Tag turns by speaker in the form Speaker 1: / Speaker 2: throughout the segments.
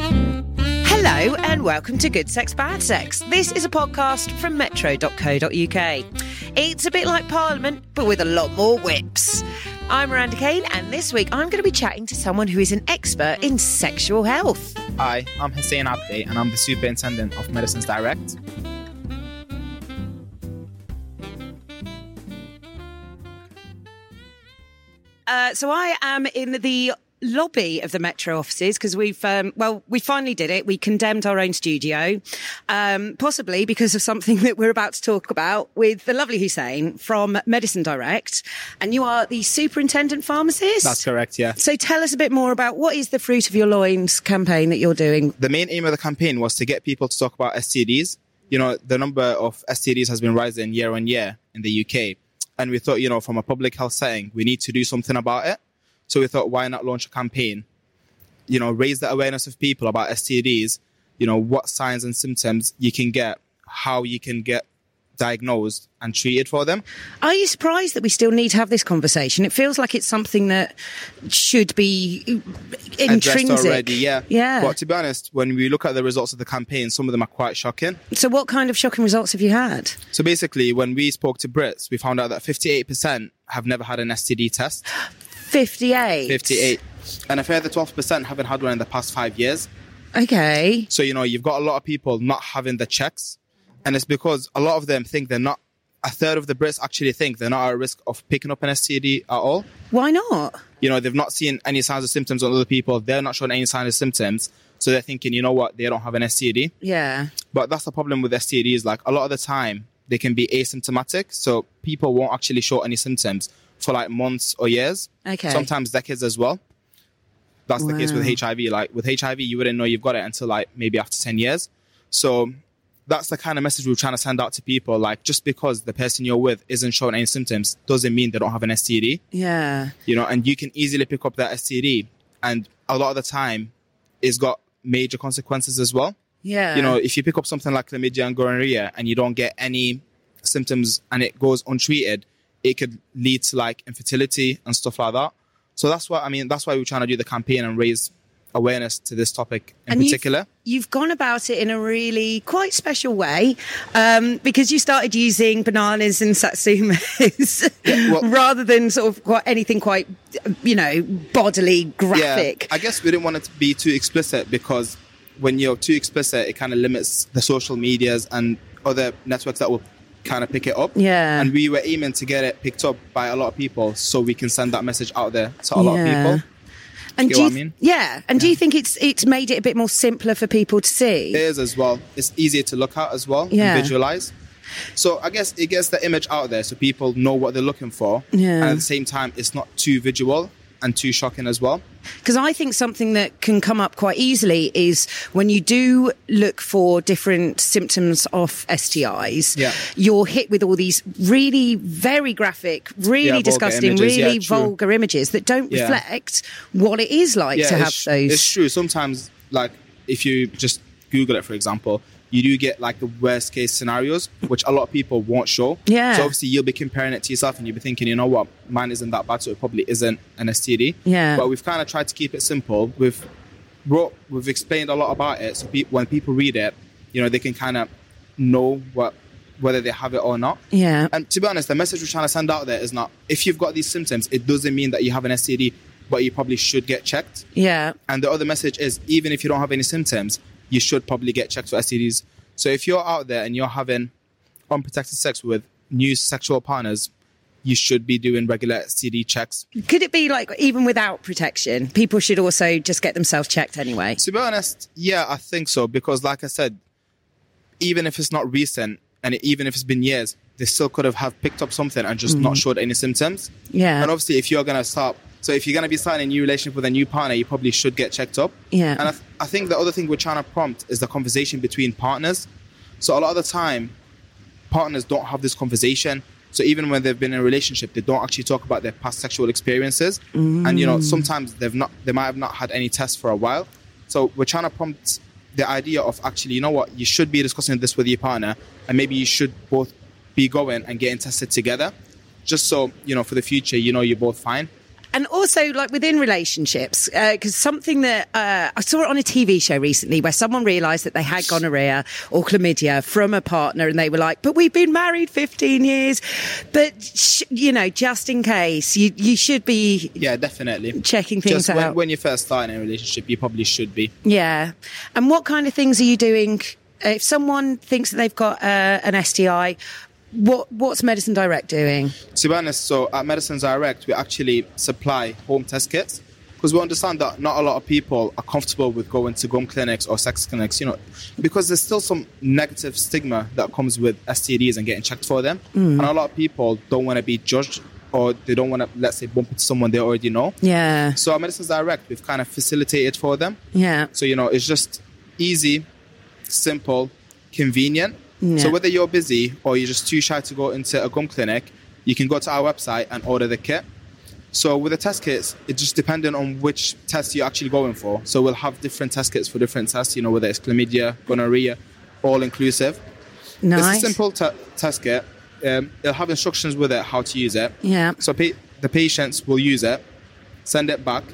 Speaker 1: Hello and welcome to Good Sex Bad Sex. This is a podcast from metro.co.uk. It's a bit like Parliament, but with a lot more whips. I'm Miranda Kane, and this week I'm going to be chatting to someone who is an expert in sexual health.
Speaker 2: Hi, I'm Hussein Abdi, and I'm the Superintendent of Medicines Direct.
Speaker 1: Uh, so I am in the lobby of the Metro offices because we've, um, well, we finally did it. We condemned our own studio, um, possibly because of something that we're about to talk about with the lovely Hussein from Medicine Direct. And you are the superintendent pharmacist.
Speaker 2: That's correct, yeah.
Speaker 1: So tell us a bit more about what is the Fruit of Your Loins campaign that you're doing.
Speaker 2: The main aim of the campaign was to get people to talk about STDs. You know, the number of STDs has been rising year on year in the UK. And we thought, you know, from a public health setting, we need to do something about it. So we thought, why not launch a campaign? You know, raise the awareness of people about STDs, you know, what signs and symptoms you can get, how you can get diagnosed and treated for them.
Speaker 1: Are you surprised that we still need to have this conversation? It feels like it's something that should be intrinsic.
Speaker 2: Addressed already, yeah.
Speaker 1: Yeah.
Speaker 2: But to be honest, when we look at the results of the campaign, some of them are quite shocking.
Speaker 1: So, what kind of shocking results have you had?
Speaker 2: So basically, when we spoke to Brits, we found out that 58% have never had an STD test,
Speaker 1: 58.
Speaker 2: 58, and a further 12% haven't had one in the past five years.
Speaker 1: Okay.
Speaker 2: So, you know, you've got a lot of people not having the checks, and it's because a lot of them think they're not, a third of the Brits actually think they're not at risk of picking up an STD at all.
Speaker 1: Why not?
Speaker 2: You know, they've not seen any signs of symptoms on other people, they're not showing any signs of symptoms. So they're thinking, you know what, they don't have an STD.
Speaker 1: Yeah.
Speaker 2: But that's the problem with STDs. Like a lot of the time, they can be asymptomatic, so people won't actually show any symptoms for like months or years.
Speaker 1: Okay.
Speaker 2: Sometimes decades as well. That's the case with
Speaker 1: Wow.
Speaker 2: HIV. Like with HIV, you wouldn't know you've got it until like maybe after ten years. So that's the kind of message we we're trying to send out to people. Like just because the person you're with isn't showing any symptoms doesn't mean they don't have an STD.
Speaker 1: Yeah.
Speaker 2: You know, and you can easily pick up that STD, and a lot of the time, it's got major consequences as well
Speaker 1: Yeah.
Speaker 2: you know, if you pick up something like chlamydia and gonorrhea and you don't get any symptoms and it goes untreated, it could lead to like infertility and stuff like that. So that's why I mean that's why we're trying to do the campaign and raise awareness to this topic in
Speaker 1: And you've-
Speaker 2: particular.
Speaker 1: You've, gone about it in a really quite special way um, because you started using bananas and satsumas
Speaker 2: well-
Speaker 1: rather than sort of quite, anything quite, you know, bodily graphic.
Speaker 2: I guess we didn't want it to be too explicit because when you're too explicit, it kind of limits the social medias and other networks that will kind of pick it up.
Speaker 1: Yeah.
Speaker 2: And we were aiming to get it picked up by a lot of people so we can send that message out there to a lot of
Speaker 1: Yeah.
Speaker 2: people.
Speaker 1: and
Speaker 2: get
Speaker 1: do you
Speaker 2: what I
Speaker 1: th-
Speaker 2: mean?
Speaker 1: Yeah. And do you think it's it's made it a bit more simpler for people to see?
Speaker 2: It is as well. It's easier to look at as well
Speaker 1: Yeah.
Speaker 2: and visualize. So I guess it gets the image out there so people know what they're looking for.
Speaker 1: Yeah.
Speaker 2: And at the same time, it's not too visual and too shocking as well.
Speaker 1: Because I think something that can come up quite easily is when you do look for different symptoms of STIs,
Speaker 2: Yeah.
Speaker 1: you're hit with all these really very graphic, really
Speaker 2: vulgar
Speaker 1: disgusting,
Speaker 2: images. Yeah,
Speaker 1: really
Speaker 2: true.
Speaker 1: vulgar images that don't
Speaker 2: Yeah.
Speaker 1: reflect what it is like to have
Speaker 2: it's,
Speaker 1: those.
Speaker 2: it's true. Sometimes, like if you just Google it, for example, you do get like the worst case scenarios, which a lot of people won't show.
Speaker 1: Yeah.
Speaker 2: So obviously, you'll be comparing it to yourself, and you'll be thinking, you know what, mine isn't that bad, so it probably isn't an STD.
Speaker 1: Yeah.
Speaker 2: But we've kind of tried to keep it simple. We've wrote, we've explained a lot about it, so pe- when people read it, you know, they can kind of know what whether they have it or not.
Speaker 1: yeah.
Speaker 2: And to be honest, the message we're trying to send out there is not if you've got these symptoms, it doesn't mean that you have an STD, but you probably should get checked.
Speaker 1: Yeah.
Speaker 2: And the other message is even if you don't have any symptoms, you should probably get checked for STDs. So if you're out there and you're having unprotected sex with new sexual partners, you should be doing regular STD checks.
Speaker 1: Could it be like even without protection, people should also just get themselves checked anyway?
Speaker 2: To be honest, yeah, I think so. Because, like I said, even if it's not recent and even if it's been years, they still could have, have picked up something and just not showed any symptoms.
Speaker 1: Yeah.
Speaker 2: And obviously, if you're going to start, so if you're going to be starting a new relationship with a new partner, you probably should get checked up.
Speaker 1: Yeah.
Speaker 2: And I, th- I think the other thing we're trying to prompt is the conversation between partners. So a lot of the time, partners don't have this conversation. So even when they've been in a relationship, they don't actually talk about their past sexual experiences. And you know, sometimes they've not, they might have not had any tests for a while. So we're trying to prompt the idea of actually, you know what, you should be discussing this with your partner, and maybe you should both be going and getting tested together, just so you know for the future, you know you're both fine.
Speaker 1: And also, like within relationships, because something that uh, I saw it on a TV show recently where someone realised that they had gonorrhea or chlamydia from a partner, and they were like, "But we've been married 15 years." But sh- you know, just in case, you you should be
Speaker 2: Yeah, definitely.
Speaker 1: checking things
Speaker 2: Just when,
Speaker 1: out.
Speaker 2: when you're first starting a relationship, you probably should be.
Speaker 1: Yeah. And what kind of things are you doing? If someone thinks that they've got uh, an STI, what what's Medicine Direct doing?
Speaker 2: To be honest, so at Medicines Direct, we actually supply home test kits because we understand that not a lot of people are comfortable with going to gum clinics or sex clinics, you know, because there's still some negative stigma that comes with STDs and getting checked for them.
Speaker 1: Mm.
Speaker 2: And a lot of people don't want to be judged or they don't want to, let's say, bump into someone they already know.
Speaker 1: Yeah.
Speaker 2: So at Medicines Direct, we've kind of facilitated for them.
Speaker 1: Yeah.
Speaker 2: So, you know, it's just easy, simple, convenient.
Speaker 1: Yeah.
Speaker 2: So, whether you're busy or you're just too shy to go into a gum clinic, you can go to our website and order the kit. So, with the test kits, it's just dependent on which test you're actually going for. So, we'll have different test kits for different tests, you know, whether it's chlamydia, gonorrhea, all inclusive.
Speaker 1: Nice.
Speaker 2: It's a simple t- test kit. Um, it'll have instructions with it how to use it.
Speaker 1: Yeah.
Speaker 2: So pa- the patients will use it, send it back,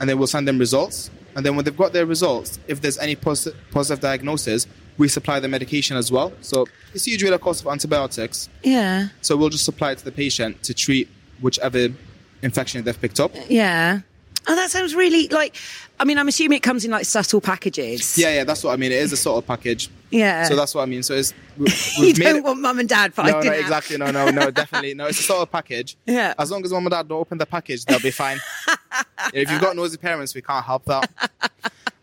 Speaker 2: and then we'll send them results. And then when they've got their results, if there's any pos- positive diagnosis, we supply the medication as well. So it's usually a course of antibiotics.
Speaker 1: Yeah.
Speaker 2: So we'll just supply it to the patient to treat whichever infection they've picked up.
Speaker 1: Yeah. Oh, that sounds really like. I mean, I'm assuming it comes in like subtle packages.
Speaker 2: Yeah, yeah, that's what I mean. It is a sort of package.
Speaker 1: Yeah.
Speaker 2: So that's what I mean. So it's we-
Speaker 1: you
Speaker 2: we've made
Speaker 1: don't
Speaker 2: it-
Speaker 1: want mum and dad
Speaker 2: no,
Speaker 1: fighting.
Speaker 2: no,
Speaker 1: out.
Speaker 2: exactly. No, no, no, definitely. No, it's a sort of package.
Speaker 1: Yeah.
Speaker 2: As long as mom and dad don't open the package, they'll be fine. if you've got noisy parents, we can't help that.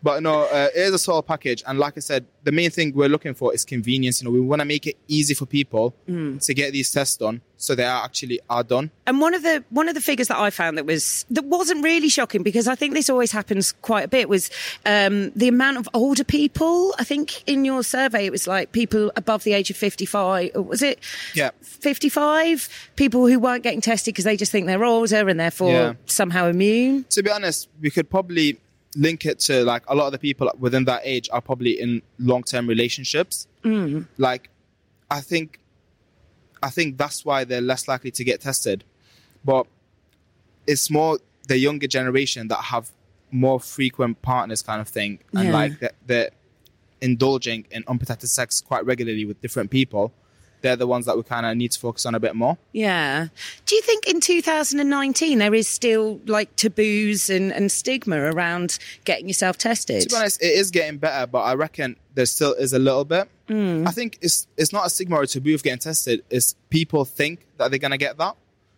Speaker 2: But no, uh, it is a sort of package. And like I said, the main thing we're looking for is convenience. You know, we want to make it easy for people to get these tests done so they are actually are done.
Speaker 1: And one of the one of the figures that I found that was that wasn't really shocking because I think this always happens quite a bit was um, the amount of older people. I think in your survey it was like people above the age of fifty five. Was it?
Speaker 2: Yeah.
Speaker 1: Fifty five people who weren't getting tested because they just think they're older and therefore
Speaker 2: Yeah.
Speaker 1: somehow immune.
Speaker 2: to be honest, we could probably link it to like a lot of the people within that age are probably in long term relationships. Like, I think, I think that's why they're less likely to get tested. But it's more the younger generation that have more frequent partners, kind of thing, and
Speaker 1: Yeah.
Speaker 2: like they're, they're indulging in unprotected sex quite regularly with different people. They're the ones that we kind of need to focus on a bit more.
Speaker 1: Yeah. Do you think in 2019 there is still like taboos and, and stigma around getting yourself tested?
Speaker 2: To be honest, it is getting better, but I reckon there still is a little bit. I think it's it's not a stigma or taboo of getting tested. It's people think that they're gonna get that.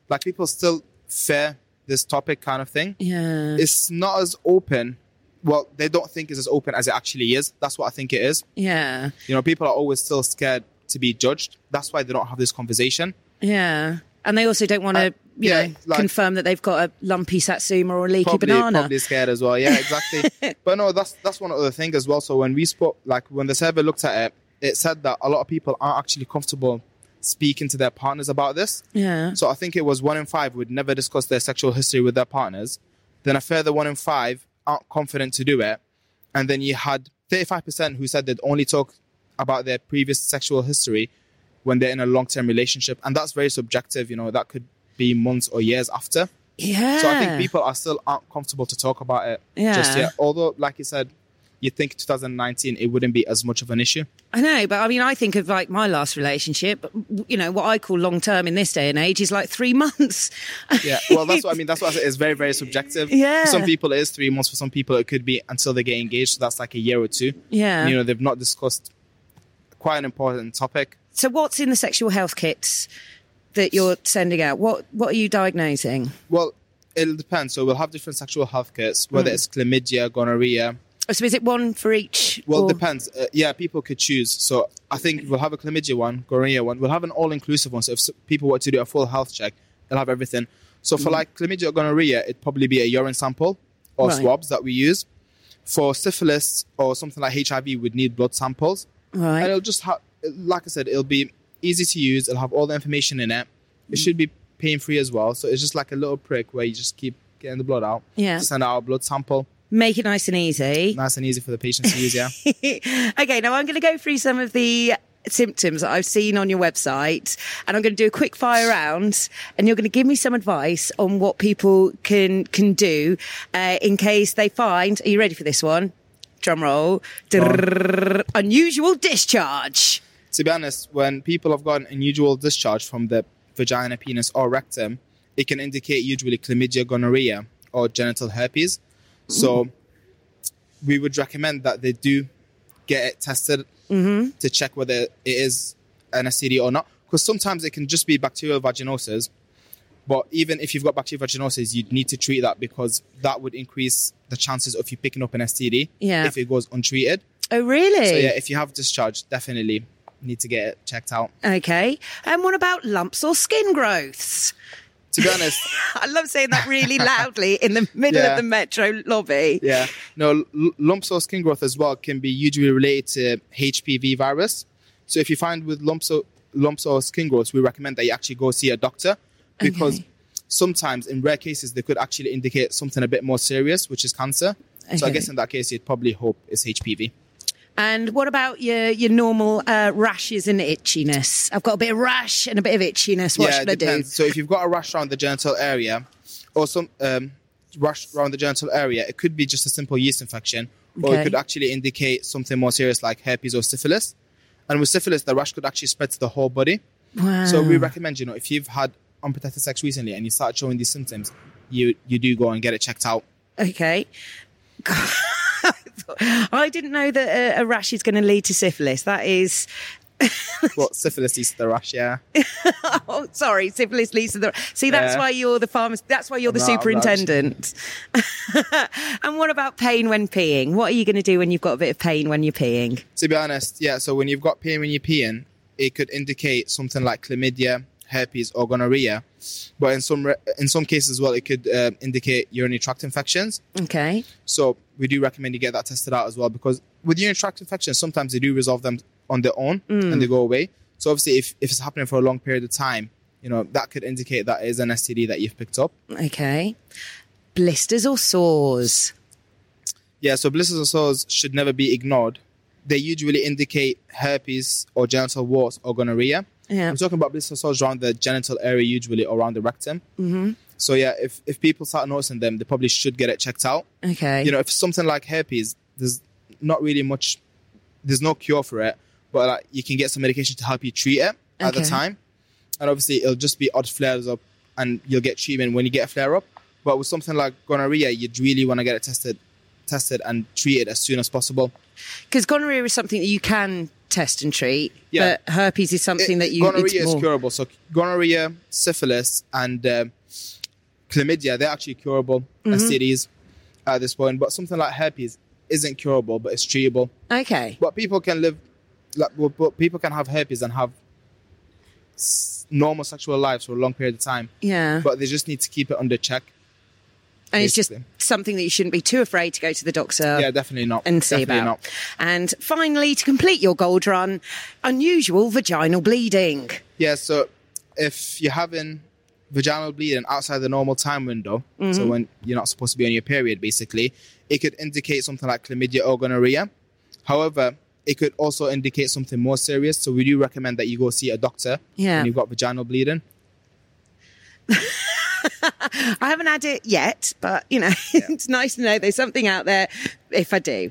Speaker 2: Like people still fear this topic kind of thing.
Speaker 1: Yeah.
Speaker 2: It's not as open. Well, they don't think it's as open as it actually is. That's what I think it is.
Speaker 1: Yeah.
Speaker 2: You know, people are always still scared to be judged. That's why they don't have this conversation.
Speaker 1: Yeah. And they also don't want to,
Speaker 2: Uh,
Speaker 1: you
Speaker 2: yeah,
Speaker 1: know,
Speaker 2: like-
Speaker 1: confirm that they've got a lumpy satsuma or a leaky
Speaker 2: probably,
Speaker 1: banana.
Speaker 2: Probably scared as well. Yeah, exactly. but no, that's that's one other thing as well. So when we spoke, like when the survey looked at it, it said that a lot of people aren't actually comfortable speaking to their partners about this.
Speaker 1: Yeah.
Speaker 2: So I think it was one in five would never discuss their sexual history with their partners. Then a further one in five aren't confident to do it. And then you had 35% who said they'd only talk about their previous sexual history when they're in a long term relationship. And that's very subjective, you know, that could be months or years after.
Speaker 1: Yeah.
Speaker 2: So I think people are still aren't comfortable to talk about it just
Speaker 1: Ah. Yeah.
Speaker 2: yet. Although, like you said, you think 2019 it wouldn't be as much of an issue.
Speaker 1: I know, but I mean, I think of like my last relationship, you know, what I call long term in this day and age is like three months.
Speaker 2: Yeah. Well, that's what I mean. That's what I said. It's very, very subjective.
Speaker 1: Yeah.
Speaker 2: For some people it is three months. For some people it could be until they get engaged. So that's like a year or two.
Speaker 1: Yeah.
Speaker 2: You know, they've not discussed quite an important topic.
Speaker 1: So what's in the sexual health kits that you're sending out? What, what are you diagnosing?
Speaker 2: Well, it'll depend. So we'll have different sexual health kits,
Speaker 1: Hmm.
Speaker 2: whether it's chlamydia, gonorrhea,
Speaker 1: So is it one for each?
Speaker 2: Well,
Speaker 1: or-
Speaker 2: it depends. Uh, yeah, people could choose. So I think we'll have a chlamydia one, gonorrhea one. We'll have an all-inclusive one. So if s- people want to do a full health check, they'll have everything. So
Speaker 1: Mm-hmm.
Speaker 2: for like chlamydia or gonorrhea, it'd probably be a urine sample or
Speaker 1: Right.
Speaker 2: swabs that we use. For syphilis or something like HIV, we'd need blood samples.
Speaker 1: Right.
Speaker 2: And it'll just have, like I said, it'll be easy to use. It'll have all the information in it.
Speaker 1: Mm-hmm.
Speaker 2: It should be pain-free as well. So it's just like a little prick where you just keep getting the blood out.
Speaker 1: Yeah.
Speaker 2: Send out a blood sample.
Speaker 1: Make it nice and easy.
Speaker 2: Nice and easy for the patient to use, yeah.
Speaker 1: okay, now I'm going to go through some of the symptoms that I've seen on your website, and I'm going to do a quick fire round, and you're going to give me some advice on what people can can do uh, in case they find. Are you ready for this one? Drum roll. Drrrr. unusual discharge.
Speaker 2: To be honest, when people have got an unusual discharge from the vagina, penis, or rectum, it can indicate usually chlamydia, gonorrhea, or genital herpes. So we would recommend that they do get it tested to check whether it is an STD or not. Because sometimes it can just be bacterial vaginosis. But even if you've got bacterial vaginosis, you'd need to treat that because that would increase the chances of you picking up an STD
Speaker 1: Yeah.
Speaker 2: if it goes untreated.
Speaker 1: Oh, really?
Speaker 2: So yeah, if you have discharge, definitely need to get it checked out.
Speaker 1: Okay. And what about lumps or skin growths?
Speaker 2: To be honest,
Speaker 1: I love saying that really loudly in the middle
Speaker 2: Yeah.
Speaker 1: of the metro lobby.
Speaker 2: yeah, no, l- lumps or skin growth as well can be usually related to HPV virus. So if you find with lumps or lumps or skin growths, we recommend that you actually go see a doctor because
Speaker 1: Okay.
Speaker 2: sometimes in rare cases they could actually indicate something a bit more serious, which is cancer. So I
Speaker 1: Okay.
Speaker 2: guess in that case you'd probably hope it's HPV.
Speaker 1: And what about your your normal uh, rashes and itchiness? I've got a bit of rash and a bit of itchiness. What
Speaker 2: yeah,
Speaker 1: should
Speaker 2: it
Speaker 1: I
Speaker 2: depends. So if you've got a rash around the genital area, or some um, rash around the genital area, it could be just a simple yeast infection, or
Speaker 1: Okay.
Speaker 2: it could actually indicate something more serious like herpes or syphilis. And with syphilis, the rash could actually spread to the whole body.
Speaker 1: do? Wow.
Speaker 2: So we recommend, you know, if you've had unprotected sex recently and you start showing these symptoms, you you do go and get it checked out.
Speaker 1: okay. I didn't know that a, a rash is going to lead to syphilis. That is,
Speaker 2: Well, syphilis is the rash, yeah.
Speaker 1: oh, sorry, syphilis leads to the. See, that's
Speaker 2: Yeah.
Speaker 1: why you're the pharmacist. That's why you're the
Speaker 2: No, I'm not.
Speaker 1: superintendent. and what about pain when peeing? What are you going to do when you've got a bit of pain when you're peeing?
Speaker 2: to be honest, yeah. So when you've got pain when you're peeing, it could indicate something like chlamydia, herpes, or gonorrhea. But in some re- in some cases as well, it could uh, indicate urinary tract infections.
Speaker 1: Okay.
Speaker 2: So we do recommend you get that tested out as well because with urinary tract infections, sometimes they do resolve them on their own and they go away. So obviously, if, if it's happening for a long period of time, you know that could indicate that it is an STD that you've picked up.
Speaker 1: Okay. Blisters or sores?
Speaker 2: Yeah, so blisters or sores should never be ignored. They usually indicate herpes or genital warts or gonorrhea.
Speaker 1: Yeah.
Speaker 2: I'm talking about blisters or sores around the genital area, usually or around the rectum. Mm-hmm. So yeah, if, if people start noticing them, they probably should get it checked out.
Speaker 1: Okay.
Speaker 2: You know, if it's something like herpes, there's not really much, there's no cure for it, but like, you can get some medication to help you treat it at the
Speaker 1: Okay.
Speaker 2: time. And obviously, it'll just be odd flares up, and you'll get treatment when you get a flare up. But with something like gonorrhea, you'd really want to get it tested, tested and treated as soon as possible.
Speaker 1: Because gonorrhea is something that you can test and treat,
Speaker 2: Yeah.
Speaker 1: but herpes is something
Speaker 2: It-
Speaker 1: that you
Speaker 2: Eh, gonorrhea
Speaker 1: it's
Speaker 2: is
Speaker 1: more-
Speaker 2: curable. So gonorrhea, syphilis, and um chlamydia they're actually curable
Speaker 1: Mm-hmm.
Speaker 2: STDs at this point. But something like herpes isn't curable, but it's treatable.
Speaker 1: Okay.
Speaker 2: But people can live, like, well, but people can have herpes and have s- normal sexual lives for a long period of time.
Speaker 1: Yeah.
Speaker 2: But they just need to keep it under check.
Speaker 1: and it's just
Speaker 2: basically.
Speaker 1: something that you shouldn't be too afraid to go to the doctor
Speaker 2: Yeah, definitely not.
Speaker 1: and see
Speaker 2: definitely
Speaker 1: about.
Speaker 2: not.
Speaker 1: And finally, to complete your gold run, unusual vaginal bleeding.
Speaker 2: Yeah, so if you're having vaginal bleeding outside the normal time window, so when you're not supposed to be on your period, basically, it could indicate something like chlamydia or gonorrhea. However, it could also indicate something more serious. So we do recommend that you go see a doctor
Speaker 1: Yeah.
Speaker 2: when you've got vaginal bleeding.
Speaker 1: I haven't had it yet, but you know, it's nice to know there's something out there if I do.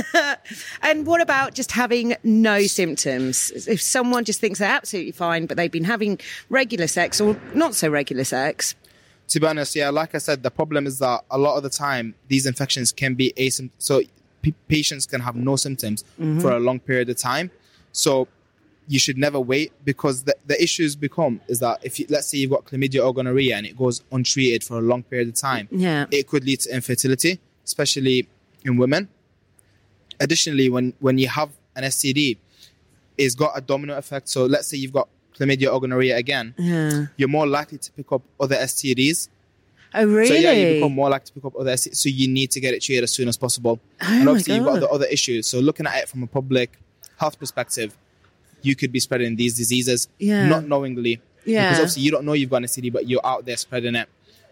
Speaker 1: and what about just having no symptoms? If someone just thinks they're absolutely fine, but they've been having regular sex or not so regular sex.
Speaker 2: To be honest, yeah, like I said, the problem is that a lot of the time these infections can be asymptomatic. So p- patients can have no symptoms for a long period of time. So you should never wait because the, the issues become is that if you, let's say you've got chlamydia or gonorrhea and it goes untreated for a long period of time,
Speaker 1: Yeah.
Speaker 2: it could lead to infertility, especially in women. Additionally, when when you have an STD, it's got a domino effect. So let's say you've got chlamydia or gonorrhea again,
Speaker 1: Yeah.
Speaker 2: you're more likely to pick up other STDs.
Speaker 1: Oh, really?
Speaker 2: So yeah, you become more likely to pick up other STDs. So you need to get it treated as soon as possible. and
Speaker 1: Oh my
Speaker 2: obviously you've got
Speaker 1: God.
Speaker 2: the other issues. So looking at it from a public health perspective, you could be spreading these diseases
Speaker 1: Yeah.
Speaker 2: not knowingly.
Speaker 1: Yeah.
Speaker 2: Because obviously you don't know you've got an STD, but you're out there spreading it.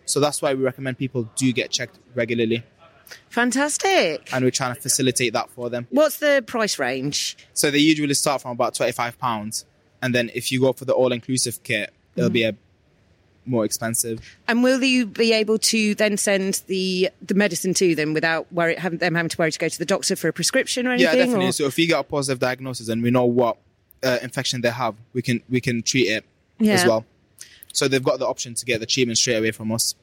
Speaker 2: So that's why we recommend people do get checked regularly.
Speaker 1: Fantastic.
Speaker 2: and we're trying to facilitate that for them.
Speaker 1: What's the price range?
Speaker 2: So they usually start from about twenty five pounds, and then if you go for the all inclusive kit, it'll be
Speaker 1: Mm.
Speaker 2: a more expensive.
Speaker 1: And will you be able to then send the the medicine to them without worry, having them having to worry to go to the doctor for a prescription or anything?
Speaker 2: yeah, definitely.
Speaker 1: or-
Speaker 2: So if we get a positive diagnosis and we know what uh, infection they have, we can we can treat it as
Speaker 1: Yeah.
Speaker 2: well. So they've got the option to get the treatment straight away from us.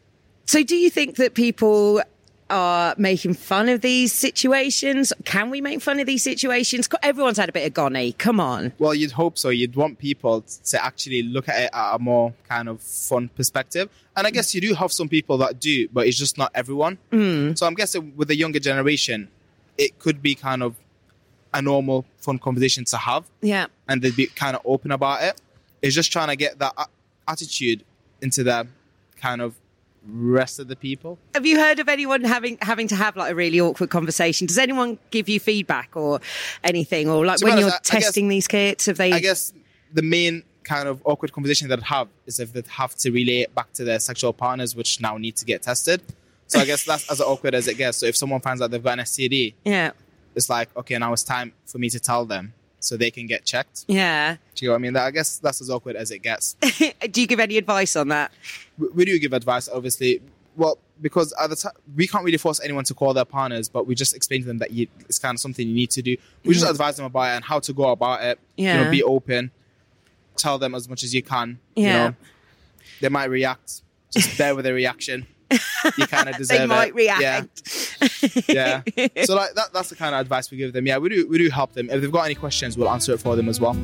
Speaker 1: So, do you think that people are making fun of these situations? Can we make fun of these situations? Co- Everyone's had a bit of gonny. Come on.
Speaker 2: Well, you'd hope so. You'd want people to actually look at it at a more kind of fun perspective. And I guess you do have some people that do, but it's just not everyone.
Speaker 1: Mm.
Speaker 2: So I'm guessing with the younger generation, it could be kind of a normal, fun conversation to have,
Speaker 1: Yeah.
Speaker 2: and they'd be kind of open about it. It's just trying to get that a- attitude into the kind of rest of the people.
Speaker 1: Have you heard of anyone having having to have like a really awkward conversation? Does anyone give you feedback or anything? Or like
Speaker 2: To be
Speaker 1: when
Speaker 2: honest,
Speaker 1: you're
Speaker 2: I- I guess-
Speaker 1: testing these kits, have they?
Speaker 2: I guess the main kind of awkward conversation that I'd have is if they'd have to relay it back to their sexual partners, which now need to get tested. So I guess that's as awkward as it gets. So if someone finds out they've got an STD,
Speaker 1: yeah.
Speaker 2: it's like, okay, now it's time for me to tell them so they can get checked.
Speaker 1: Yeah.
Speaker 2: Do you know what I mean? That- I guess that's as awkward as it gets.
Speaker 1: do you give any advice on that?
Speaker 2: we, we do give advice, obviously. Well, because at the time we can't really force anyone to call their partners, but we just explain to them that you, it's kind of something you need to do. We just advise them about it and how to go about it. You
Speaker 1: Mm. Yeah.
Speaker 2: know, be open. Tell them as much as you can.
Speaker 1: Yeah.
Speaker 2: You know, they might react. Just bear with their reaction. You kind of deserve
Speaker 1: they might
Speaker 2: it. Yeah.
Speaker 1: react.
Speaker 2: Yeah. so like that, that's the kind of advice we give them. Yeah, we do we do help them. If they've got any questions, we'll answer it for them as well.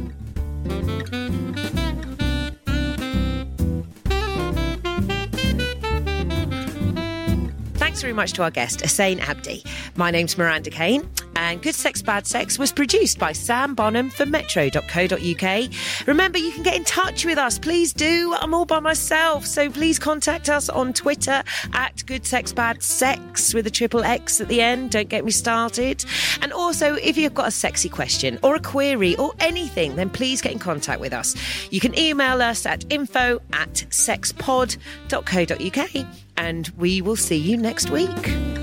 Speaker 3: Thanks very much to our guest, Hussein Abdi. My name's Miranda Kane, and Good Sex Bad Sex was produced by Sam Bonham for Metro.co.uk. Remember, you can get in touch with us. Please do. I'm all by myself, so please contact us on Twitter at Good Sex Bad Sex with a triple X at the end. Don't get me started. And also, if you've got a sexy question or a query or anything, then please get in contact with us. You can email us at info at sexpod.co.uk and we will see you next week.